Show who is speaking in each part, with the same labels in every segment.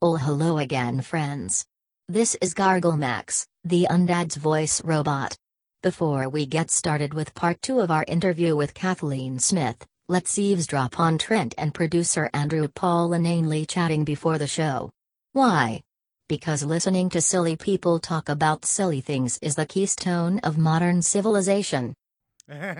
Speaker 1: Oh hello again friends. This is Garglemax, the Undad's voice robot. Before we get started with part 2 of our interview with Kathleen Smith, let's eavesdrop on Trent and producer Andrew Paul inanely chatting before the show. Why? Because listening to silly people talk about silly things is the keystone of modern civilization.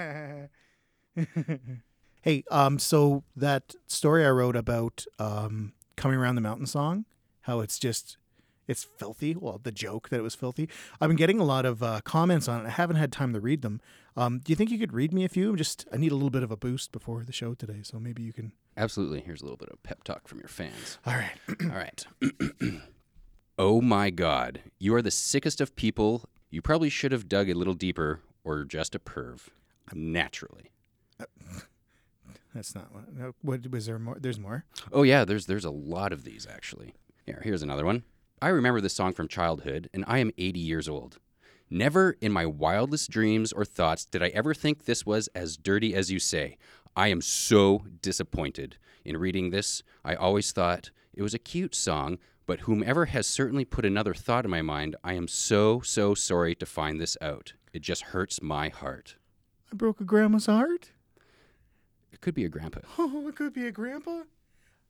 Speaker 2: Hey, um, so that story I wrote about um, coming around the mountain song, how it's just it's filthy. Well, the joke that it was filthy. I've been getting a lot of uh, comments on it. I haven't had time to read them. Um, do you think you could read me a few? Just I need a little bit of a boost before the show today, so maybe you can.
Speaker 3: Absolutely. Here's a little bit of pep talk from your fans.
Speaker 2: All right.
Speaker 3: All right. oh my God. You are the sickest of people. You probably should have dug a little deeper or just a perv. Naturally.
Speaker 2: That's not what. no, What was there more? There's more.
Speaker 3: Oh yeah, there's there's a lot of these actually. Here, here's another one. I remember this song from childhood, and I am 80 years old. Never in my wildest dreams or thoughts did I ever think this was as dirty as you say. I am so disappointed. In reading this, I always thought it was a cute song, but whomever has certainly put another thought in my mind, I am so, so sorry to find this out. It just hurts my heart.
Speaker 2: I broke a grandma's heart.
Speaker 3: It could be a grandpa.
Speaker 2: Oh, it could be a grandpa.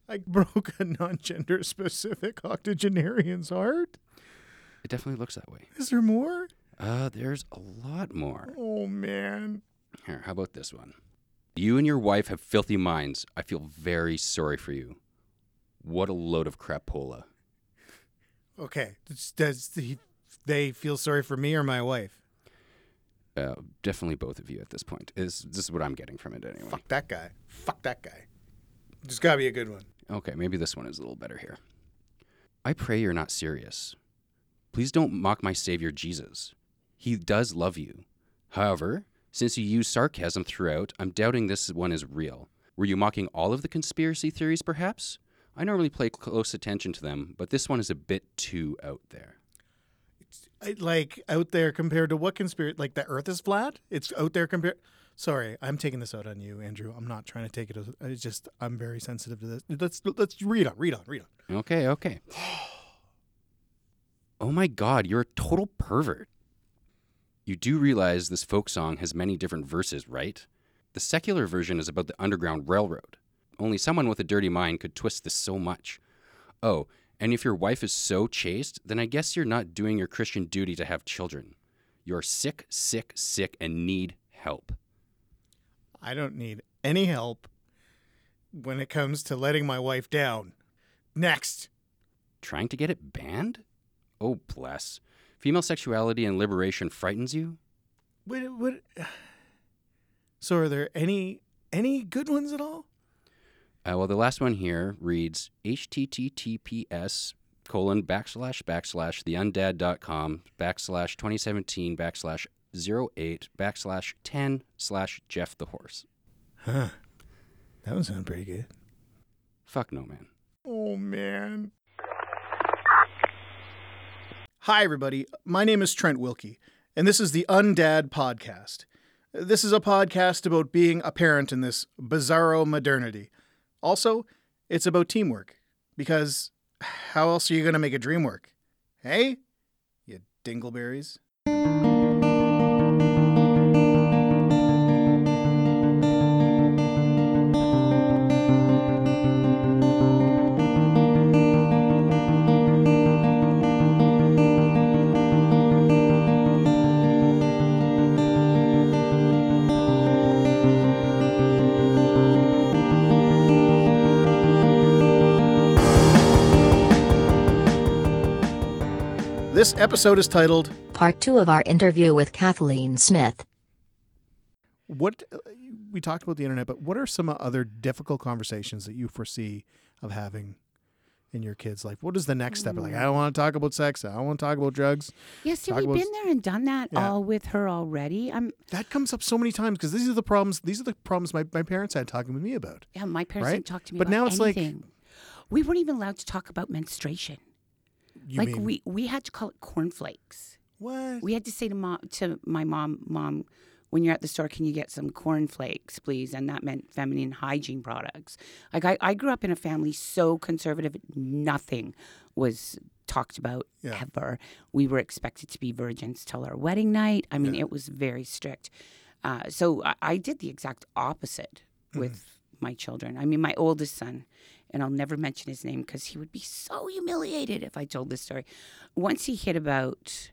Speaker 2: I broke a non-gender specific octogenarian's heart.
Speaker 3: It definitely looks that way.
Speaker 2: Is there more?
Speaker 3: Uh, there's a lot more.
Speaker 2: Oh man.
Speaker 3: Here, how about this one? You and your wife have filthy minds. I feel very sorry for you. What a load of crapola.
Speaker 2: Okay. Does, does he, they feel sorry for me or my wife?
Speaker 3: Uh, definitely both of you at this point. Is this is what I'm getting from it anyway?
Speaker 2: Fuck that guy. Fuck that guy. There's got to be a good one.
Speaker 3: Okay, maybe this one is a little better here. I pray you're not serious. Please don't mock my Savior Jesus. He does love you. However, since you use sarcasm throughout, I'm doubting this one is real. Were you mocking all of the conspiracy theories, perhaps? I normally pay close attention to them, but this one is a bit too out there.
Speaker 2: I, like out there compared to what conspiracy? Like the Earth is flat. It's out there compared. Sorry, I'm taking this out on you, Andrew. I'm not trying to take it. As, it's just I'm very sensitive to this. Let's let's read on, read on, read on.
Speaker 3: Okay, okay. oh my god, you're a total pervert. You do realize this folk song has many different verses, right? The secular version is about the Underground Railroad. Only someone with a dirty mind could twist this so much. Oh, and if your wife is so chaste, then I guess you're not doing your Christian duty to have children. You're sick, sick, sick, and need help.
Speaker 2: I don't need any help when it comes to letting my wife down. Next.
Speaker 3: Trying to get it banned? Oh, bless. Female sexuality and liberation frightens you?
Speaker 2: What, what? So are there any any good ones at all?
Speaker 3: Uh, well, the last one here reads https colon backslash backslash theundad.com backslash 2017 backslash 08 backslash 10 slash Jeff the Horse.
Speaker 2: Huh. That one sounded pretty good.
Speaker 3: Fuck no, man.
Speaker 2: Oh man. Hi everybody. My name is Trent Wilkie, and this is the Undad podcast. This is a podcast about being a parent in this bizarro modernity. Also, it's about teamwork because how else are you going to make a dream work? Hey? You dingleberries. This episode is titled
Speaker 1: Part 2 of our interview with Kathleen Smith.
Speaker 2: What uh, we talked about the internet, but what are some other difficult conversations that you foresee of having in your kids' life? What is the next step? Like, I don't want to talk about sex. I don't want to talk about drugs.
Speaker 4: Yeah, see,
Speaker 2: Talk
Speaker 4: we've
Speaker 2: about
Speaker 4: been there and done that
Speaker 2: Yeah.
Speaker 4: all with her already. I'm
Speaker 2: That comes up so many times because these are the problems. These are the problems my, my parents had talking with me about.
Speaker 4: yeah, my parents
Speaker 2: Right?
Speaker 4: didn't talk to me
Speaker 2: But
Speaker 4: about
Speaker 2: now it's like-
Speaker 4: anything. we weren't even allowed to talk about menstruation.
Speaker 2: You
Speaker 4: like
Speaker 2: mean
Speaker 4: we we had to call it cornflakes.
Speaker 2: what?
Speaker 4: We had to say to mom to my mom, mom, when you're at the store, can you get some cornflakes, please? And that meant feminine hygiene products. Like I, I grew up in a family so conservative, nothing was talked about
Speaker 2: Yeah.
Speaker 4: ever. We were expected to be virgins till our wedding night. I mean, it was very strict. Uh, so I, I did the exact opposite with my children. I mean, my oldest son, and I'll never mention his name because he would be so humiliated if I told this story. Once he hit about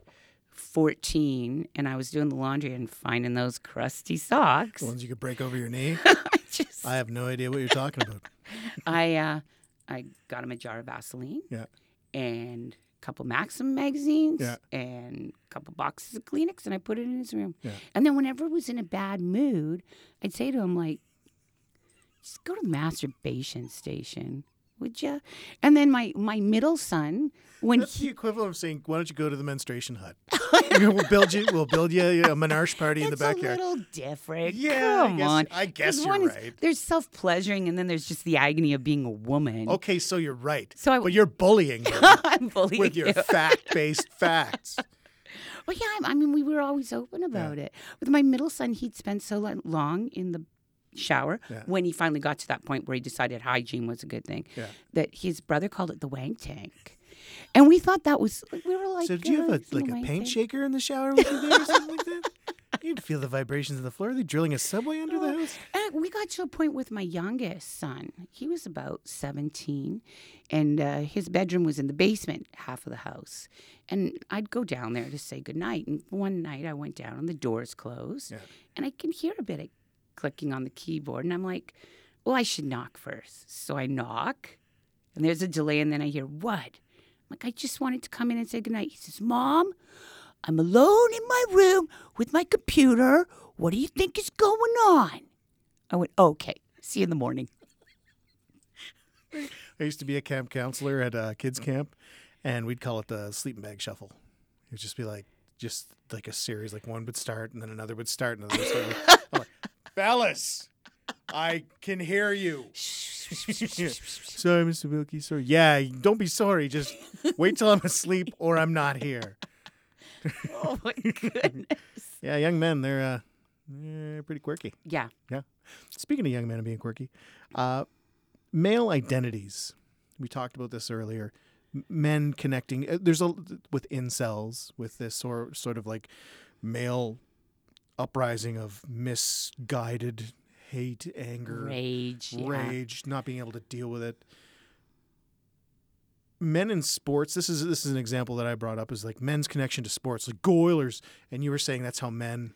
Speaker 4: 14 and I was doing the laundry and finding those crusty socks.
Speaker 2: The ones you could break over your knee.
Speaker 4: I just
Speaker 2: I have no idea what you're talking about.
Speaker 4: I uh, I got him a jar of Vaseline.
Speaker 2: Yeah.
Speaker 4: And a couple Maxim magazines
Speaker 2: Yeah.
Speaker 4: and a couple boxes of Kleenex and I put it in his room.
Speaker 2: Yeah.
Speaker 4: And then whenever I was in a bad mood, I'd say to him like just go to the masturbation station, would you? And then my my middle son when
Speaker 2: That's
Speaker 4: he
Speaker 2: the equivalent of saying, "Why don't you go to the menstruation hut? we'll build you, we'll build you a menarche party in the
Speaker 4: it's
Speaker 2: backyard."
Speaker 4: a little different.
Speaker 2: Yeah, I
Speaker 4: Come
Speaker 2: guess-
Speaker 4: on.
Speaker 2: I
Speaker 4: 'Cause
Speaker 2: guess you're
Speaker 4: one is-
Speaker 2: right.
Speaker 4: There's self pleasuring, and then there's just the agony of being a woman.
Speaker 2: Okay, so you're right.
Speaker 4: So I-
Speaker 2: but you're bullying them
Speaker 4: I'm bullying
Speaker 2: with your
Speaker 4: you.
Speaker 2: fact-based facts.
Speaker 4: Well, yeah, I I mean, we were always open about it. With my middle son, he'd spend so lo- long in the shower
Speaker 2: Yeah.
Speaker 4: when he finally got to that point where he decided hygiene was a good thing
Speaker 2: Yeah.
Speaker 4: that his brother called it the wank tank. And we thought that was, we were like,
Speaker 2: so did you have
Speaker 4: "Oh,
Speaker 2: a,
Speaker 4: it's in the
Speaker 2: like a
Speaker 4: wank
Speaker 2: paint
Speaker 4: tank."
Speaker 2: shaker in the shower with you there or something like that? You'd feel the vibrations in the floor. Are they drilling a subway under the house?
Speaker 4: And we got to a point with my youngest son. He was about 17, and uh, his bedroom was in the basement half of the house. And I'd go down there to say goodnight. And one night I went down, and the door's closed,
Speaker 2: Yeah.
Speaker 4: and I can hear a bit of clicking on the keyboard. And I'm like, well, I should knock first. So I knock, and there's a delay, and then I hear, what? I'm like, I just wanted to come in and say goodnight. He says, Mom, I'm alone in my room with my computer. What do you think is going on? I went, okay, see you in the morning.
Speaker 2: I used to be a camp counselor at a kids camp, and we'd call it the sleeping bag shuffle. It would just be like just like a series, like one would start and then another would start and another would start. I'm like, Fellas, I can hear you. sorry, Mr. Wilkie. Sorry. Yeah, don't be sorry. Just wait till I'm asleep or I'm not here.
Speaker 4: Oh my goodness.
Speaker 2: Yeah, young men, they're uh, they're pretty quirky.
Speaker 4: Yeah.
Speaker 2: Speaking of young men and being quirky, uh, male identities. We talked about this earlier. M- Men connecting. uh, There's a with incels with this or sort of like male uprising of misguided hate, anger,
Speaker 4: Rage. yeah.
Speaker 2: rage, not being able to deal with it. Men in sports. This is this is an example that I brought up is like men's connection to sports, like go Oilers. And you were saying that's how men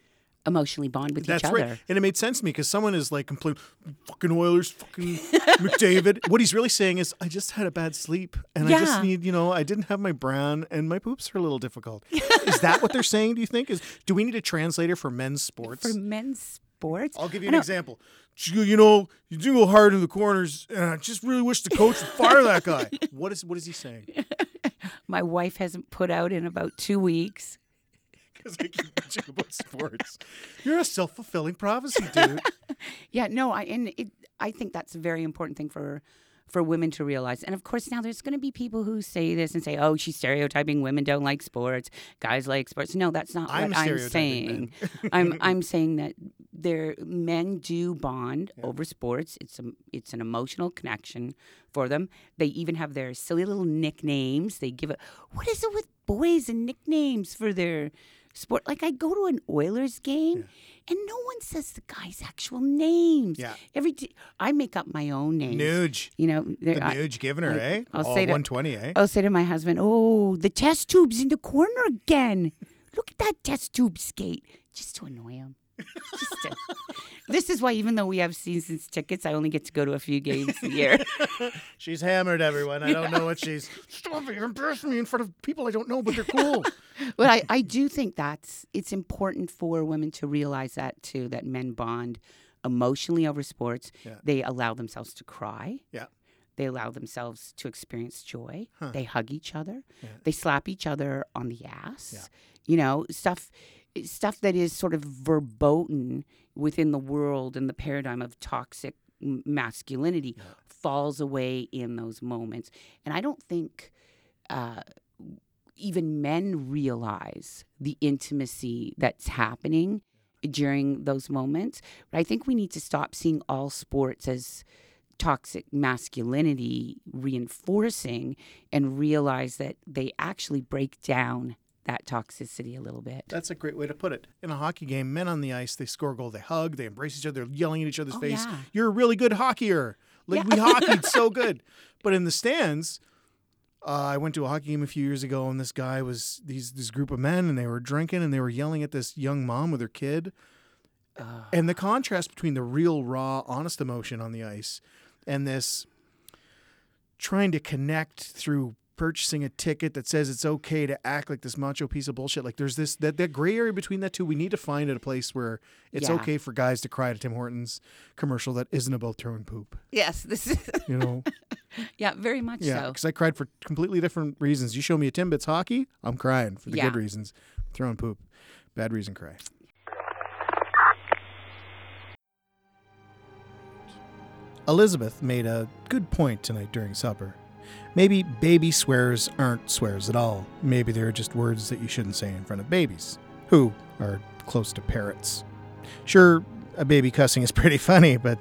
Speaker 4: Emotionally bond with
Speaker 2: that's
Speaker 4: each other.
Speaker 2: right. And it made sense to me because someone is like complaining, fucking Oilers, fucking McDavid. What he's really saying is, I just had a bad sleep and I just
Speaker 4: Yeah.
Speaker 2: need, you know, I didn't have my brown and my poops are a little difficult. is that what they're saying, do you think? Is Do we need a translator for men's sports?
Speaker 4: For men's sports.
Speaker 2: I'll give you
Speaker 4: I
Speaker 2: an
Speaker 4: know-
Speaker 2: example. You you know, you do go hard in the corners, and I just really wish the coach would fire that guy. What is what is he saying?
Speaker 4: My wife hasn't put out in about two weeks.
Speaker 2: Because I keep bitching about sports. You're a self fulfilling prophecy, dude.
Speaker 4: Yeah, no, I and it, I think that's a very important thing for for women to realize. And of course, now there's going to be people who say this and say, "Oh, she's stereotyping. Women don't like sports. Guys like sports." No, that's not
Speaker 2: I'm
Speaker 4: what I'm
Speaker 2: stereotyping
Speaker 4: saying. I'm I'm saying that there men do bond over sports. It's a it's an emotional connection for them. They even have their silly little nicknames. They give it. What is it with boys and nicknames for their sport? Like I go to an Oilers game, and no one says the guys' actual names.
Speaker 2: Yeah.
Speaker 4: Every t- I make up my own names.
Speaker 2: Nuge.
Speaker 4: You know, there-
Speaker 2: The
Speaker 4: I-
Speaker 2: nuge giving her,
Speaker 4: like,
Speaker 2: eh?
Speaker 4: I'll
Speaker 2: All
Speaker 4: say that-
Speaker 2: 120, eh?
Speaker 4: I'll say to my husband, "Oh, the test tube's in the corner again. Look at that test tube skate." Just to annoy him. Just to- this is why, even though we have seasons tickets, I only get to go to a few games a year.
Speaker 2: She's hammered everyone. I don't know what she's. Stop it! You're embarrassing me in front of people I don't know, but they're cool.
Speaker 4: but I, I do think that's it's important for women to realize that too. That men bond emotionally over sports.
Speaker 2: Yeah.
Speaker 4: They allow themselves to cry.
Speaker 2: Yeah.
Speaker 4: They allow themselves to experience joy.
Speaker 2: Huh.
Speaker 4: They hug each other.
Speaker 2: Yeah.
Speaker 4: They slap each other on the ass. You know, stuff stuff that is sort of verboten within the world and the paradigm of toxic m- masculinity falls away in those moments. And I don't think uh, even men realize the intimacy that's happening during those moments. But I think we need to stop seeing all sports as toxic masculinity reinforcing and realize that they actually break down that toxicity a little bit.
Speaker 2: That's a great way to put it. In a hockey game, men on the ice, they score a goal, they hug, they embrace each other, they're yelling at each other's
Speaker 4: Oh,
Speaker 2: face.
Speaker 4: yeah.
Speaker 2: You're a really good hockeyer. Like we hockeyed so good. But in the stands, uh, I went to a hockey game a few years ago, and this guy was these this group of men, and they were drinking, and they were yelling at this young mom with her kid. and the contrast between the real, raw, honest emotion on the ice, and this trying to connect through purchasing a ticket that says it's okay to act like this macho piece of bullshit. Like there's this that, that gray area between that two. We need to find at a place where it's
Speaker 4: Yeah.
Speaker 2: okay for guys to cry at a Tim Hortons commercial that isn't about throwing poop.
Speaker 4: Yes, this is
Speaker 2: You know?
Speaker 4: yeah, very much
Speaker 2: yeah.
Speaker 4: so.
Speaker 2: Because I cried for completely different reasons. You show me a Timbits hockey, I'm crying for the
Speaker 4: Yeah.
Speaker 2: good reasons. Throwing poop. Bad reason cry. Elizabeth made a good point tonight during supper. Maybe baby swears aren't swears at all. Maybe they're just words that you shouldn't say in front of babies, who are close to parrots. Sure, a baby cussing is pretty funny, but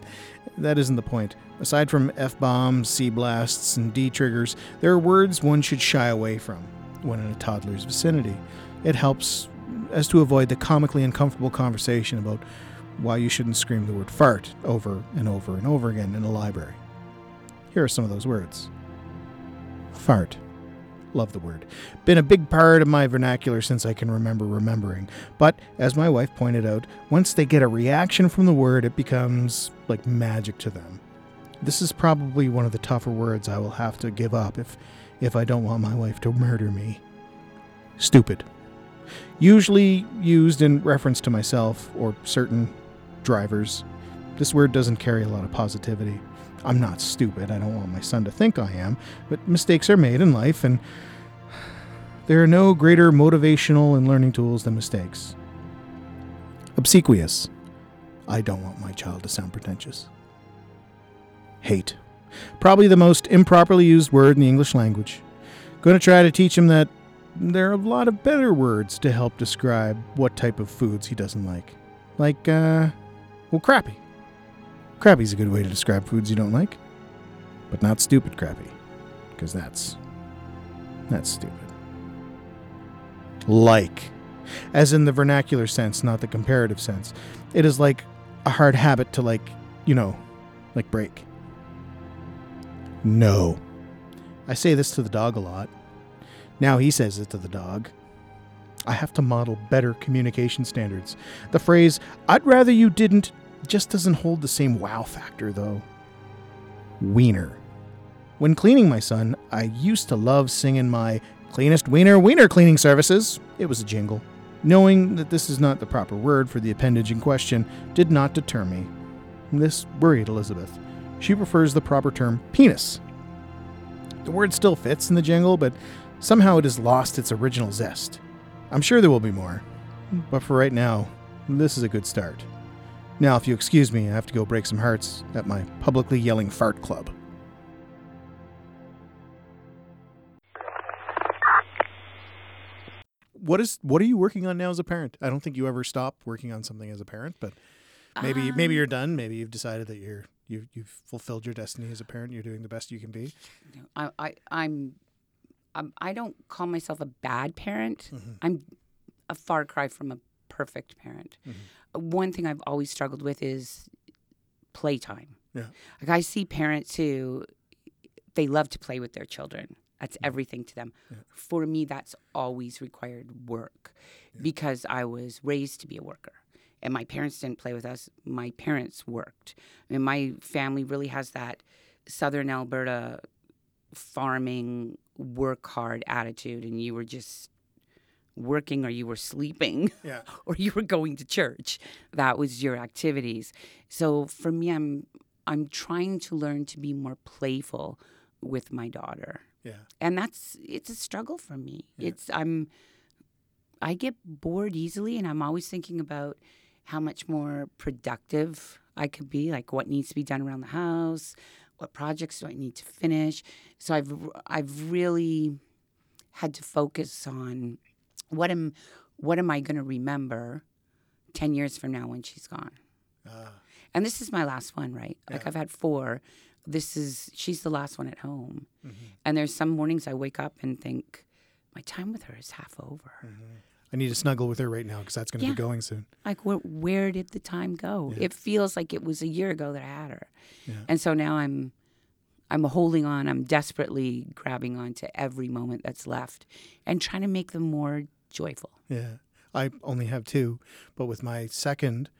Speaker 2: that isn't the point. Aside from F bombs, C blasts, and D triggers, there are words one should shy away from when in a toddler's vicinity. It helps as to avoid the comically uncomfortable conversation about why you shouldn't scream the word fart over and over and over again in a library. Here are some of those words fart. Love the word. Been a big part of my vernacular since I can remember remembering. But as my wife pointed out, once they get a reaction from the word, it becomes like magic to them. This is probably one of the tougher words I will have to give up if if I don't want my wife to murder me. Stupid. Usually used in reference to myself or certain drivers. This word doesn't carry a lot of positivity. I'm not stupid. I don't want my son to think I am, but mistakes are made in life and there are no greater motivational and learning tools than mistakes. Obsequious. I don't want my child to sound pretentious. Hate. Probably the most improperly used word in the English language. Going to try to teach him that there are a lot of better words to help describe what type of foods he doesn't like. Like, uh, well, crappy. Crappy's a good way to describe foods you don't like, but not stupid crappy, because that's. that's stupid like, as in the vernacular sense, not the comparative sense. It is like a hard habit to, like, you know, like break. No. I say this to the dog a lot. Now he says it to the dog. I have to model better communication standards. The phrase, I'd rather you didn't, just doesn't hold the same wow factor, though. Wiener. When cleaning my son, I used to love singing my cleanest wiener wiener cleaning services. It was a jingle. Knowing that this is not the proper word for the appendage in question did not deter me. This worried Elizabeth. She prefers the proper term penis. The word still fits in the jingle, but somehow it has lost its original zest. I'm sure there will be more, but for right now, this is a good start. Now, if you excuse me, I have to go break some hearts at my publicly yelling fart club. what is what are you working on now as a parent? I don't think you ever stop working on something as a parent, but maybe
Speaker 4: Um,
Speaker 2: maybe you're done. Maybe you've decided that you're you you've fulfilled your destiny as a parent. You're doing the best you can be.
Speaker 4: No, Um, I, I I'm, I'm I don't call myself a bad parent. I'm a far cry from a perfect parent. One thing I've always struggled with is playtime.
Speaker 2: Yeah.
Speaker 4: Like I see parents who they love to play with their children. That's everything to them. For me, that's always required work because I was raised to be a worker. And my parents didn't play with us. My parents worked. And my family really has that Southern Alberta farming work hard attitude and you were just working or you were sleeping
Speaker 2: Yeah.
Speaker 4: or you were going to church that was your activities so for me i'm i'm trying to learn to be more playful with my daughter
Speaker 2: Yeah.
Speaker 4: and that's it's a struggle for me it's i'm i get bored easily and i'm always thinking about how much more productive i could be like what needs to be done around the house what projects do i need to finish so i've i've really had to focus on what am what am i going to remember 10 years from now when she's gone.
Speaker 2: Uh,
Speaker 4: And this is my last one, right? Like
Speaker 2: Yeah.
Speaker 4: I've had four. This is, she's the last one at home.
Speaker 2: mhm,
Speaker 4: And there's some mornings I wake up and think, my time with her is half over.
Speaker 2: mhm. I need to snuggle with her right now because that's going to
Speaker 4: Yeah.
Speaker 2: be going soon.
Speaker 4: Like, where, where did the time go?
Speaker 2: Yeah.
Speaker 4: It feels like it was a year ago that I had her.
Speaker 2: Yeah.
Speaker 4: And so now I'm, I'm holding on. I'm desperately grabbing onto every moment that's left and trying to make them more joyful.
Speaker 2: Yeah, I only have two, but with my second,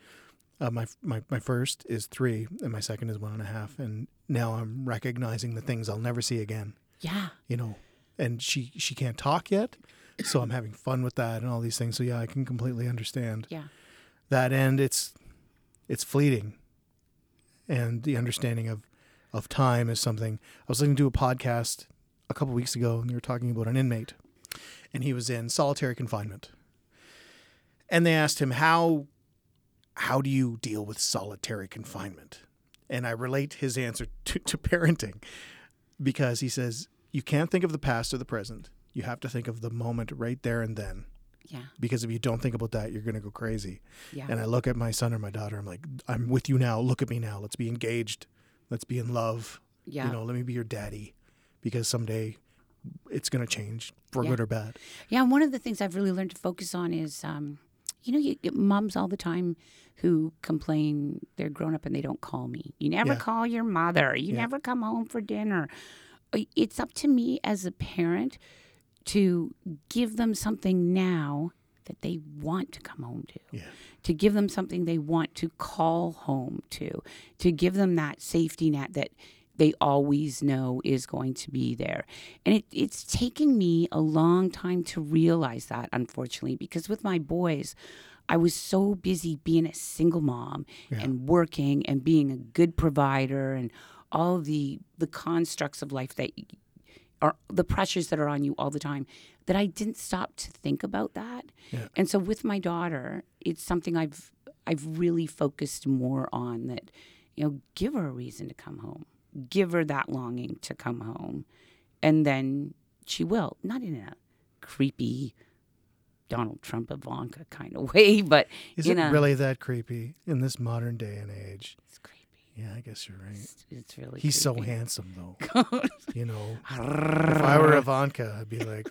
Speaker 2: uh, my my my first is three, and my second is one and a half. And now I'm recognizing the things I'll never see again.
Speaker 4: Yeah.
Speaker 2: You know, and she she can't talk yet, so I'm having fun with that and all these things. So yeah, I can completely understand
Speaker 4: Yeah.
Speaker 2: that. And it's it's fleeting, and the understanding of of time is something. I was listening to a podcast a couple weeks ago, and they were talking about an inmate, and he was in solitary confinement and they asked him how how do you deal with solitary confinement and i relate his answer to, to parenting because he says you can't think of the past or the present you have to think of the moment right there and then
Speaker 4: Yeah.
Speaker 2: because if you don't think about that you're going to go crazy
Speaker 4: Yeah.
Speaker 2: and i look at my son or my daughter i'm like i'm with you now look at me now let's be engaged let's be in love
Speaker 4: yeah.
Speaker 2: you know let me be your daddy because someday it's going to change for
Speaker 4: Yeah.
Speaker 2: good or bad
Speaker 4: Yeah, and one of the things I've really learned to focus on is, um, you know, you get moms all the time who complain they're grown up and they don't call me. You never
Speaker 2: Yeah.
Speaker 4: call your mother. You
Speaker 2: Yeah.
Speaker 4: never come home for dinner. I- It's up to me as a parent to give them something now that they want to come home to
Speaker 2: yeah
Speaker 4: to give them something they want to call home to, to give them that safety net that they always know is going to be there. And it, it's taken me a long time to realize that, unfortunately, because with my boys, I was so busy being a single mom
Speaker 2: Yeah.
Speaker 4: and working and being a good provider and all the the constructs of life that are the pressures that are on you all the time that I didn't stop to think about that.
Speaker 2: Yeah.
Speaker 4: And so with my daughter, it's something I've I've really focused more on that you know, give her a reason to come home. Give her that longing to come home. And then she will, not in a creepy Donald Trump Ivanka kind of way, but
Speaker 2: Is
Speaker 4: you
Speaker 2: it
Speaker 4: know,
Speaker 2: really that creepy in this modern day and age?
Speaker 4: it's creepy.
Speaker 2: Yeah, I guess you're right.
Speaker 4: It's, it's really
Speaker 2: He's so
Speaker 4: creepy.
Speaker 2: handsome, though. you know, if I were Ivanka, I'd be like,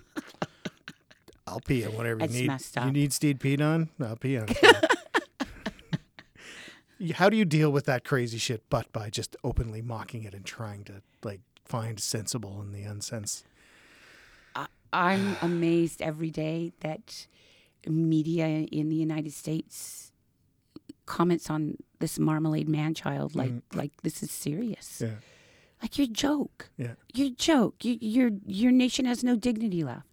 Speaker 2: I'll pee on whatever you
Speaker 4: It's
Speaker 2: need.
Speaker 4: messed
Speaker 2: You
Speaker 4: up.
Speaker 2: need Steed peed on? I'll pee on. it for you." How do you deal with that crazy shit, but by just openly mocking it and trying to like find sensible in the unsense?
Speaker 4: I'm amazed every day that media in the United States comments on this marmalade man child like like this is serious.
Speaker 2: Mm. Yeah,
Speaker 4: Like your joke.
Speaker 2: yeah.
Speaker 4: Your joke. You, your your nation has no dignity left.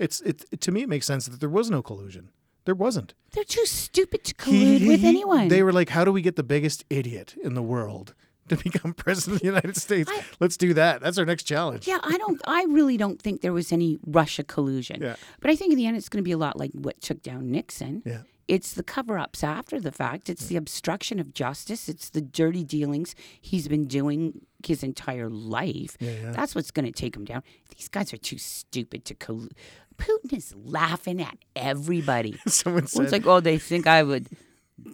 Speaker 2: It's it, it to me. It makes sense that there was no collusion. There wasn't.
Speaker 4: They're too stupid to
Speaker 2: He-
Speaker 4: collude
Speaker 2: he-
Speaker 4: with
Speaker 2: he-
Speaker 4: anyone.
Speaker 2: They were like, how do we get the biggest idiot in the world to become president of the United States?
Speaker 4: I-
Speaker 2: Let's do that. That's our next challenge.
Speaker 4: yeah, I don't. I really don't think there was any Russia collusion.
Speaker 2: Yeah.
Speaker 4: But I think in the end, it's going to be a lot like what took down Nixon.
Speaker 2: Yeah.
Speaker 4: It's the cover ups after the fact. It's the obstruction of justice. It's the dirty dealings he's been doing his entire life.
Speaker 2: Yeah, yeah.
Speaker 4: That's what's going to take him down. These guys are too stupid to collude. Putin is laughing at everybody.
Speaker 2: Someone said,
Speaker 4: It's like, oh, they think I would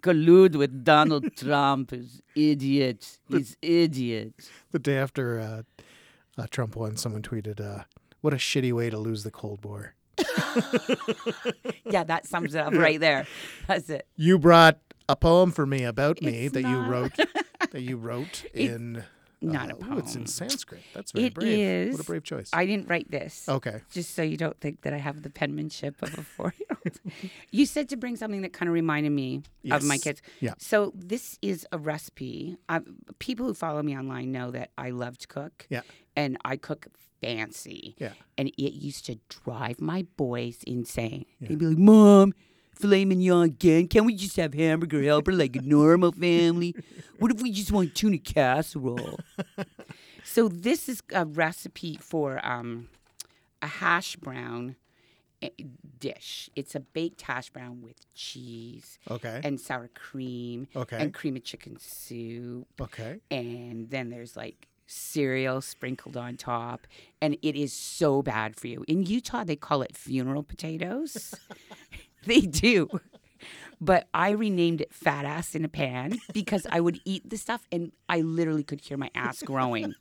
Speaker 4: collude with Donald Trump. He's idiot. He's idiot.
Speaker 2: the day after uh, uh, Trump won, someone tweeted, uh, what a shitty way to lose the Cold War.
Speaker 4: Yeah, that sums it up right there. That's it.
Speaker 2: You brought a poem for me about me
Speaker 4: It's
Speaker 2: that you
Speaker 4: not-
Speaker 2: wrote that you wrote in
Speaker 4: not a
Speaker 2: oh, it's in
Speaker 4: poem.
Speaker 2: Sanskrit. That's very
Speaker 4: It
Speaker 2: brave. What a
Speaker 4: is.
Speaker 2: brave choice.
Speaker 4: I didn't write this.
Speaker 2: okay.
Speaker 4: Just so you don't think that I have the penmanship of a four year old. you said to bring something that kind of reminded me of my
Speaker 2: Yes.
Speaker 4: kids.
Speaker 2: Yeah.
Speaker 4: So this is a recipe. i people who follow me online know that I love to cook.
Speaker 2: Yeah.
Speaker 4: And I cook fancy.
Speaker 2: Yeah.
Speaker 4: And it used to drive my boys insane. They'd be like, Mom, filet mignon again. Can't we just have hamburger helper like a normal family? What if we just want tuna casserole? so this is a recipe for um, a hash brown eh, dish. It's a baked hash brown with cheese
Speaker 2: Okay.
Speaker 4: and sour cream
Speaker 2: Okay.
Speaker 4: and cream of chicken soup
Speaker 2: okay.
Speaker 4: and then there's like cereal sprinkled on top and it is so bad for you in utah they call it funeral potatoes they do But I renamed it Fat Ass in a Pan because I would eat the stuff and I literally could hear my ass growing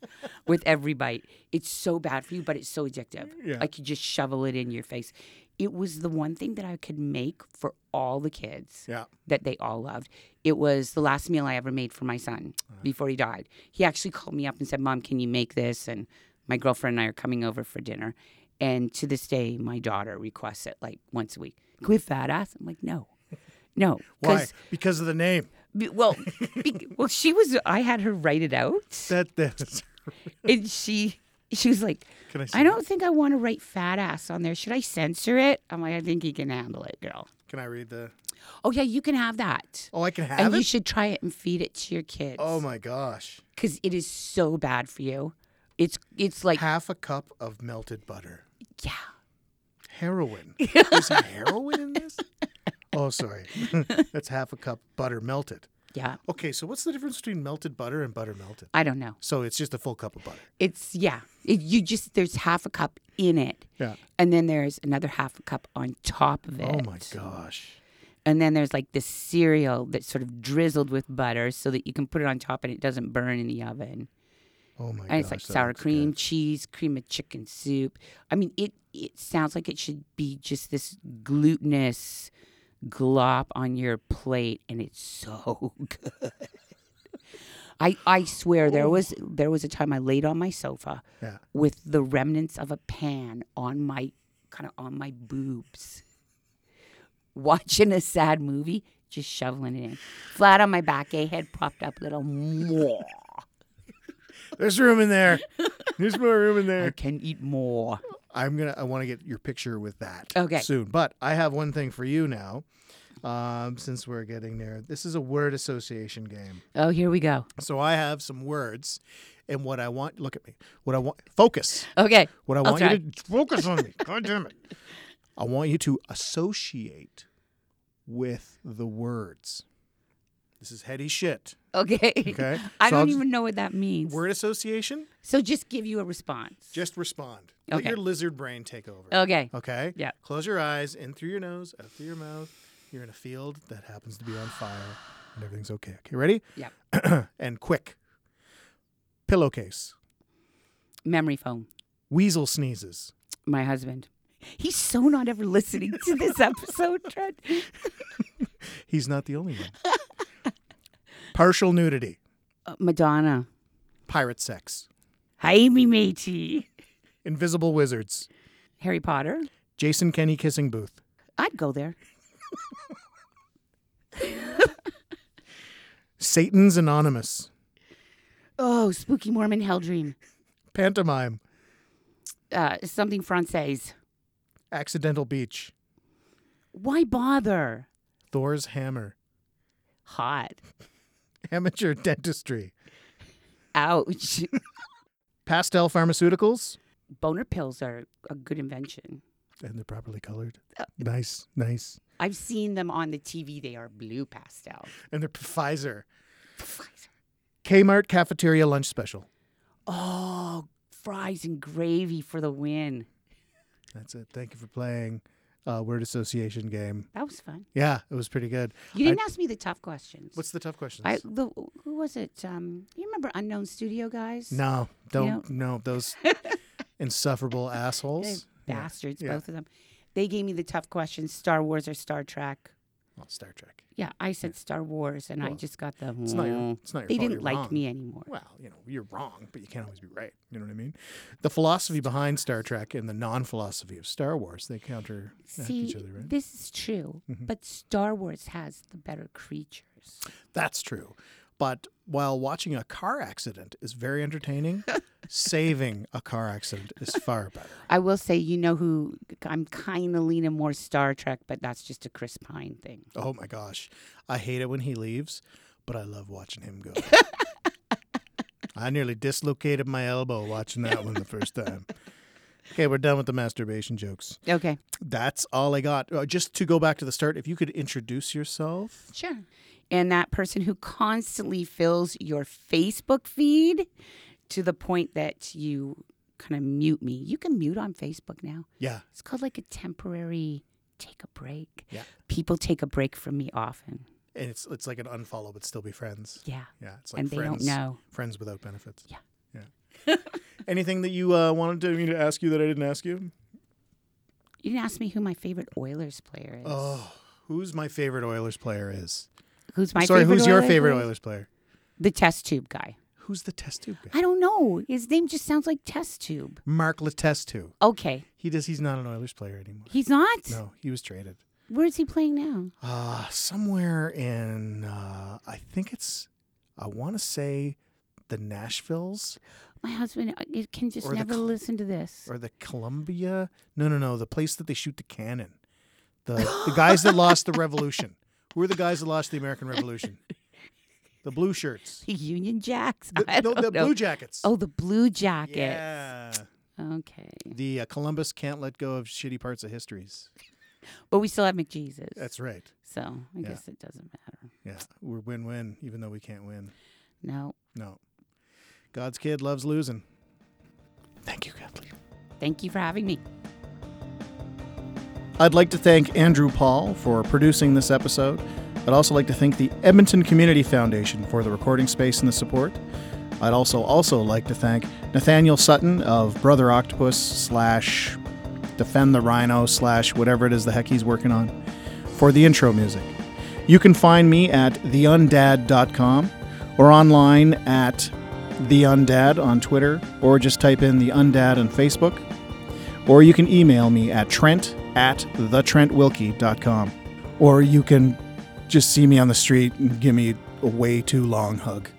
Speaker 4: with every bite. It's so bad for you, but it's so addictive.
Speaker 2: Yeah.
Speaker 4: I could just shovel it in your face. It was the one thing that I could make for all the kids
Speaker 2: Yeah.
Speaker 4: that they all loved. It was the last meal I ever made for my son
Speaker 2: Uh-huh.
Speaker 4: before he died. He actually called me up and said, Mom, can you make this? And my girlfriend and I are coming over for dinner. And to this day, my daughter requests it like once a week. Can we have fat ass? I'm like, no. No.
Speaker 2: Why?
Speaker 4: 'Cause-
Speaker 2: Because of the name.
Speaker 4: be- well, be, well, she was, I had her write it out.
Speaker 2: That that's
Speaker 4: And she, she was like,
Speaker 2: Can I see
Speaker 4: I don't think I want to write fat ass on there. Should I censor it? I'm like, I think you can handle it, girl.
Speaker 2: Can I read the
Speaker 4: Oh, yeah, you can have that.
Speaker 2: Oh, I can have
Speaker 4: and
Speaker 2: it.
Speaker 4: you should try it and feed it to your kids.
Speaker 2: oh my gosh.
Speaker 4: because it is so bad for you. It's it's like
Speaker 2: Half a cup of melted butter.
Speaker 4: yeah.
Speaker 2: Heroin. Is there heroin in this? Oh, sorry. that's half a cup butter melted.
Speaker 4: Yeah.
Speaker 2: Okay, so what's the difference between melted butter and butter melted?
Speaker 4: I don't know.
Speaker 2: So it's just a full cup of butter.
Speaker 4: It's yeah. It, you just there's half a cup in it.
Speaker 2: Yeah.
Speaker 4: And then there's another half a cup on top of it.
Speaker 2: Oh my gosh.
Speaker 4: And then there's like this cereal that's sort of drizzled with butter so that you can put it on top and it doesn't burn in the oven.
Speaker 2: Oh my
Speaker 4: and
Speaker 2: gosh.
Speaker 4: it's like
Speaker 2: that
Speaker 4: sour
Speaker 2: looks
Speaker 4: cream,
Speaker 2: good.
Speaker 4: cheese, cream of chicken soup. I mean, it it sounds like it should be just this glutinous glop on your plate, and it's so good. I I swear there was there was a time I laid on my sofa
Speaker 2: Yeah.
Speaker 4: with the remnants of a pan on my kind of on my boobs, watching a sad movie, just shoveling it in, flat on my back, a head propped up, little more.
Speaker 2: There's room in there. There's more room in
Speaker 4: I
Speaker 2: there.
Speaker 4: can eat more.
Speaker 2: I'm gonna. I want to get your picture with that.
Speaker 4: Okay.
Speaker 2: Soon, but I have one thing for you now. Um, since we're getting there, this is a word association game.
Speaker 4: Oh, here we go.
Speaker 2: So I have some words, and what I want. Look at me. What I want. Focus.
Speaker 4: Okay.
Speaker 2: What I
Speaker 4: I'll
Speaker 2: want you to focus on me. God damn it. I want you to associate with the words. This is heady shit.
Speaker 4: Okay.
Speaker 2: Okay.
Speaker 4: I
Speaker 2: So I'll
Speaker 4: don't
Speaker 2: just-
Speaker 4: even know what that means.
Speaker 2: Word association.
Speaker 4: so just give you a response.
Speaker 2: Just respond. Let
Speaker 4: Okay.
Speaker 2: your lizard brain take over.
Speaker 4: okay.
Speaker 2: Okay.
Speaker 4: Yeah.
Speaker 2: Close your eyes, in through your nose, out through your mouth. You're in a field that happens to be on fire, and everything's okay. Okay, ready?
Speaker 4: Yeah.
Speaker 2: and quick. Pillowcase.
Speaker 4: Memory foam.
Speaker 2: Weasel sneezes.
Speaker 4: My husband. He's so not ever listening to this episode, Trent.
Speaker 2: He's not the only one. Partial nudity.
Speaker 4: Uh, Madonna.
Speaker 2: Pirate sex.
Speaker 4: Hi, me matey.
Speaker 2: Invisible wizards.
Speaker 4: Harry Potter.
Speaker 2: Jason Kenny kissing booth.
Speaker 4: I'd go there.
Speaker 2: Satan's Anonymous.
Speaker 4: Oh, spooky Mormon hell dream.
Speaker 2: Pantomime.
Speaker 4: Uh, something Francaise.
Speaker 2: Accidental beach.
Speaker 4: Why bother?
Speaker 2: Thor's hammer.
Speaker 4: Hot.
Speaker 2: Amateur dentistry.
Speaker 4: Ouch.
Speaker 2: Pastel pharmaceuticals.
Speaker 4: Boner pills are a good invention.
Speaker 2: And they're properly colored.
Speaker 4: Oh.
Speaker 2: Nice, nice.
Speaker 4: I've seen them on the TV. They are blue pastel.
Speaker 2: And they're Pfizer. Kmart cafeteria lunch special.
Speaker 4: Oh, fries and gravy for the win.
Speaker 2: That's it. Thank you for playing uh, word association game.
Speaker 4: That was fun.
Speaker 2: Yeah, it was pretty good.
Speaker 4: You
Speaker 2: I-
Speaker 4: didn't ask me the tough questions.
Speaker 2: what's the tough questions?
Speaker 4: I the who was it? Um, you remember Unknown Studio guys?
Speaker 2: no, don't. No, those insufferable
Speaker 4: They're
Speaker 2: assholes. Yeah.
Speaker 4: bastards,
Speaker 2: Yeah.
Speaker 4: both of them. They gave me the tough questions: Star Wars or Star Trek.
Speaker 2: Well, Star Trek.
Speaker 4: Yeah, I said Star Wars, and I
Speaker 2: Well,
Speaker 4: just got the.
Speaker 2: It's not your.
Speaker 4: "Mm."
Speaker 2: It's not your
Speaker 4: they
Speaker 2: fault
Speaker 4: didn't
Speaker 2: you're
Speaker 4: like
Speaker 2: wrong.
Speaker 4: me anymore.
Speaker 2: Well, you know, you're wrong, but you can't always be right. You know what I mean? The philosophy behind Star Trek and the non-philosophy of Star Wars, they counter act
Speaker 4: See,
Speaker 2: each other, right? Mm-hmm.
Speaker 4: this is true, but Star Wars has the better creatures.
Speaker 2: That's true. But while watching a car accident is very entertaining, saving a car accident is far better.
Speaker 4: I will say, you know who I'm kind of leaning more Star Trek, but that's just a Chris Pine thing.
Speaker 2: Oh my gosh. I hate it when he leaves, but I love watching him go. I nearly dislocated my elbow watching that one the first time. Okay, we're done with the masturbation jokes.
Speaker 4: Okay.
Speaker 2: That's all I got. Uh, just to go back to the start, if you could introduce yourself.
Speaker 4: Sure. And that person who constantly fills your Facebook feed to the point that you kind of mute me. You can mute on Facebook now.
Speaker 2: Yeah.
Speaker 4: It's called like a temporary take a break.
Speaker 2: Yeah.
Speaker 4: People take a break from me often.
Speaker 2: and it's it's like an unfollow but still be friends.
Speaker 4: Yeah.
Speaker 2: Yeah, it's like
Speaker 4: and they
Speaker 2: friends,
Speaker 4: don't know.
Speaker 2: friends without benefits.
Speaker 4: Yeah.
Speaker 2: yeah. Anything that you uh, wanted to, me to ask you that I didn't ask you?
Speaker 4: You didn't ask me who my favorite Oilers player is.
Speaker 2: Oh, who's my favorite Oilers player is?
Speaker 4: who's my
Speaker 2: Sorry,
Speaker 4: favorite
Speaker 2: who's your
Speaker 4: Oilers
Speaker 2: favorite
Speaker 4: player?
Speaker 2: Oilers player?
Speaker 4: The test tube guy.
Speaker 2: Who's the test tube guy?
Speaker 4: I don't know. His name just sounds like test tube.
Speaker 2: Mark Letestu.
Speaker 4: Okay.
Speaker 2: He does. He's not an Oilers player anymore.
Speaker 4: He's not?
Speaker 2: No, he was traded.
Speaker 4: Where is he playing now?
Speaker 2: Uh, somewhere in, uh, I think it's, I want to say, the Nashville's
Speaker 4: My husband uh, he can just
Speaker 2: Or the
Speaker 4: never
Speaker 2: cl-
Speaker 4: listen to this.
Speaker 2: or the Columbia. No, no, no. The place that they shoot the cannon. The the guys that lost the Revolution. Who are the guys that lost the American Revolution? The blue shirts.
Speaker 4: The Union Jacks.
Speaker 2: The,
Speaker 4: I
Speaker 2: no,
Speaker 4: don't
Speaker 2: the
Speaker 4: know.
Speaker 2: blue jackets.
Speaker 4: Oh, the Blue Jackets.
Speaker 2: yeah.
Speaker 4: Okay.
Speaker 2: The uh, Columbus can't let go of shitty parts of histories.
Speaker 4: But we still have McJesus.
Speaker 2: That's right.
Speaker 4: So I
Speaker 2: Yeah.
Speaker 4: guess it doesn't matter.
Speaker 2: Yeah, we're win-win, even though we can't win.
Speaker 4: No.
Speaker 2: No, God's kid loves losing. Thank you, Kathleen.
Speaker 4: Thank you for having me.
Speaker 2: I'd like to thank Andrew Paul for producing this episode. I'd also like to thank the Edmonton Community Foundation for the recording space and the support. I'd also also like to thank Nathaniel Sutton of Brother Octopus slash Defend the Rhino slash whatever it is the heck he's working on for the intro music. You can find me at theundad.com or online at theundad on Twitter or just type in the undad on Facebook or you can email me at trent at thetrentwilkie.com. Or you can just see me on the street and give me a way too long hug.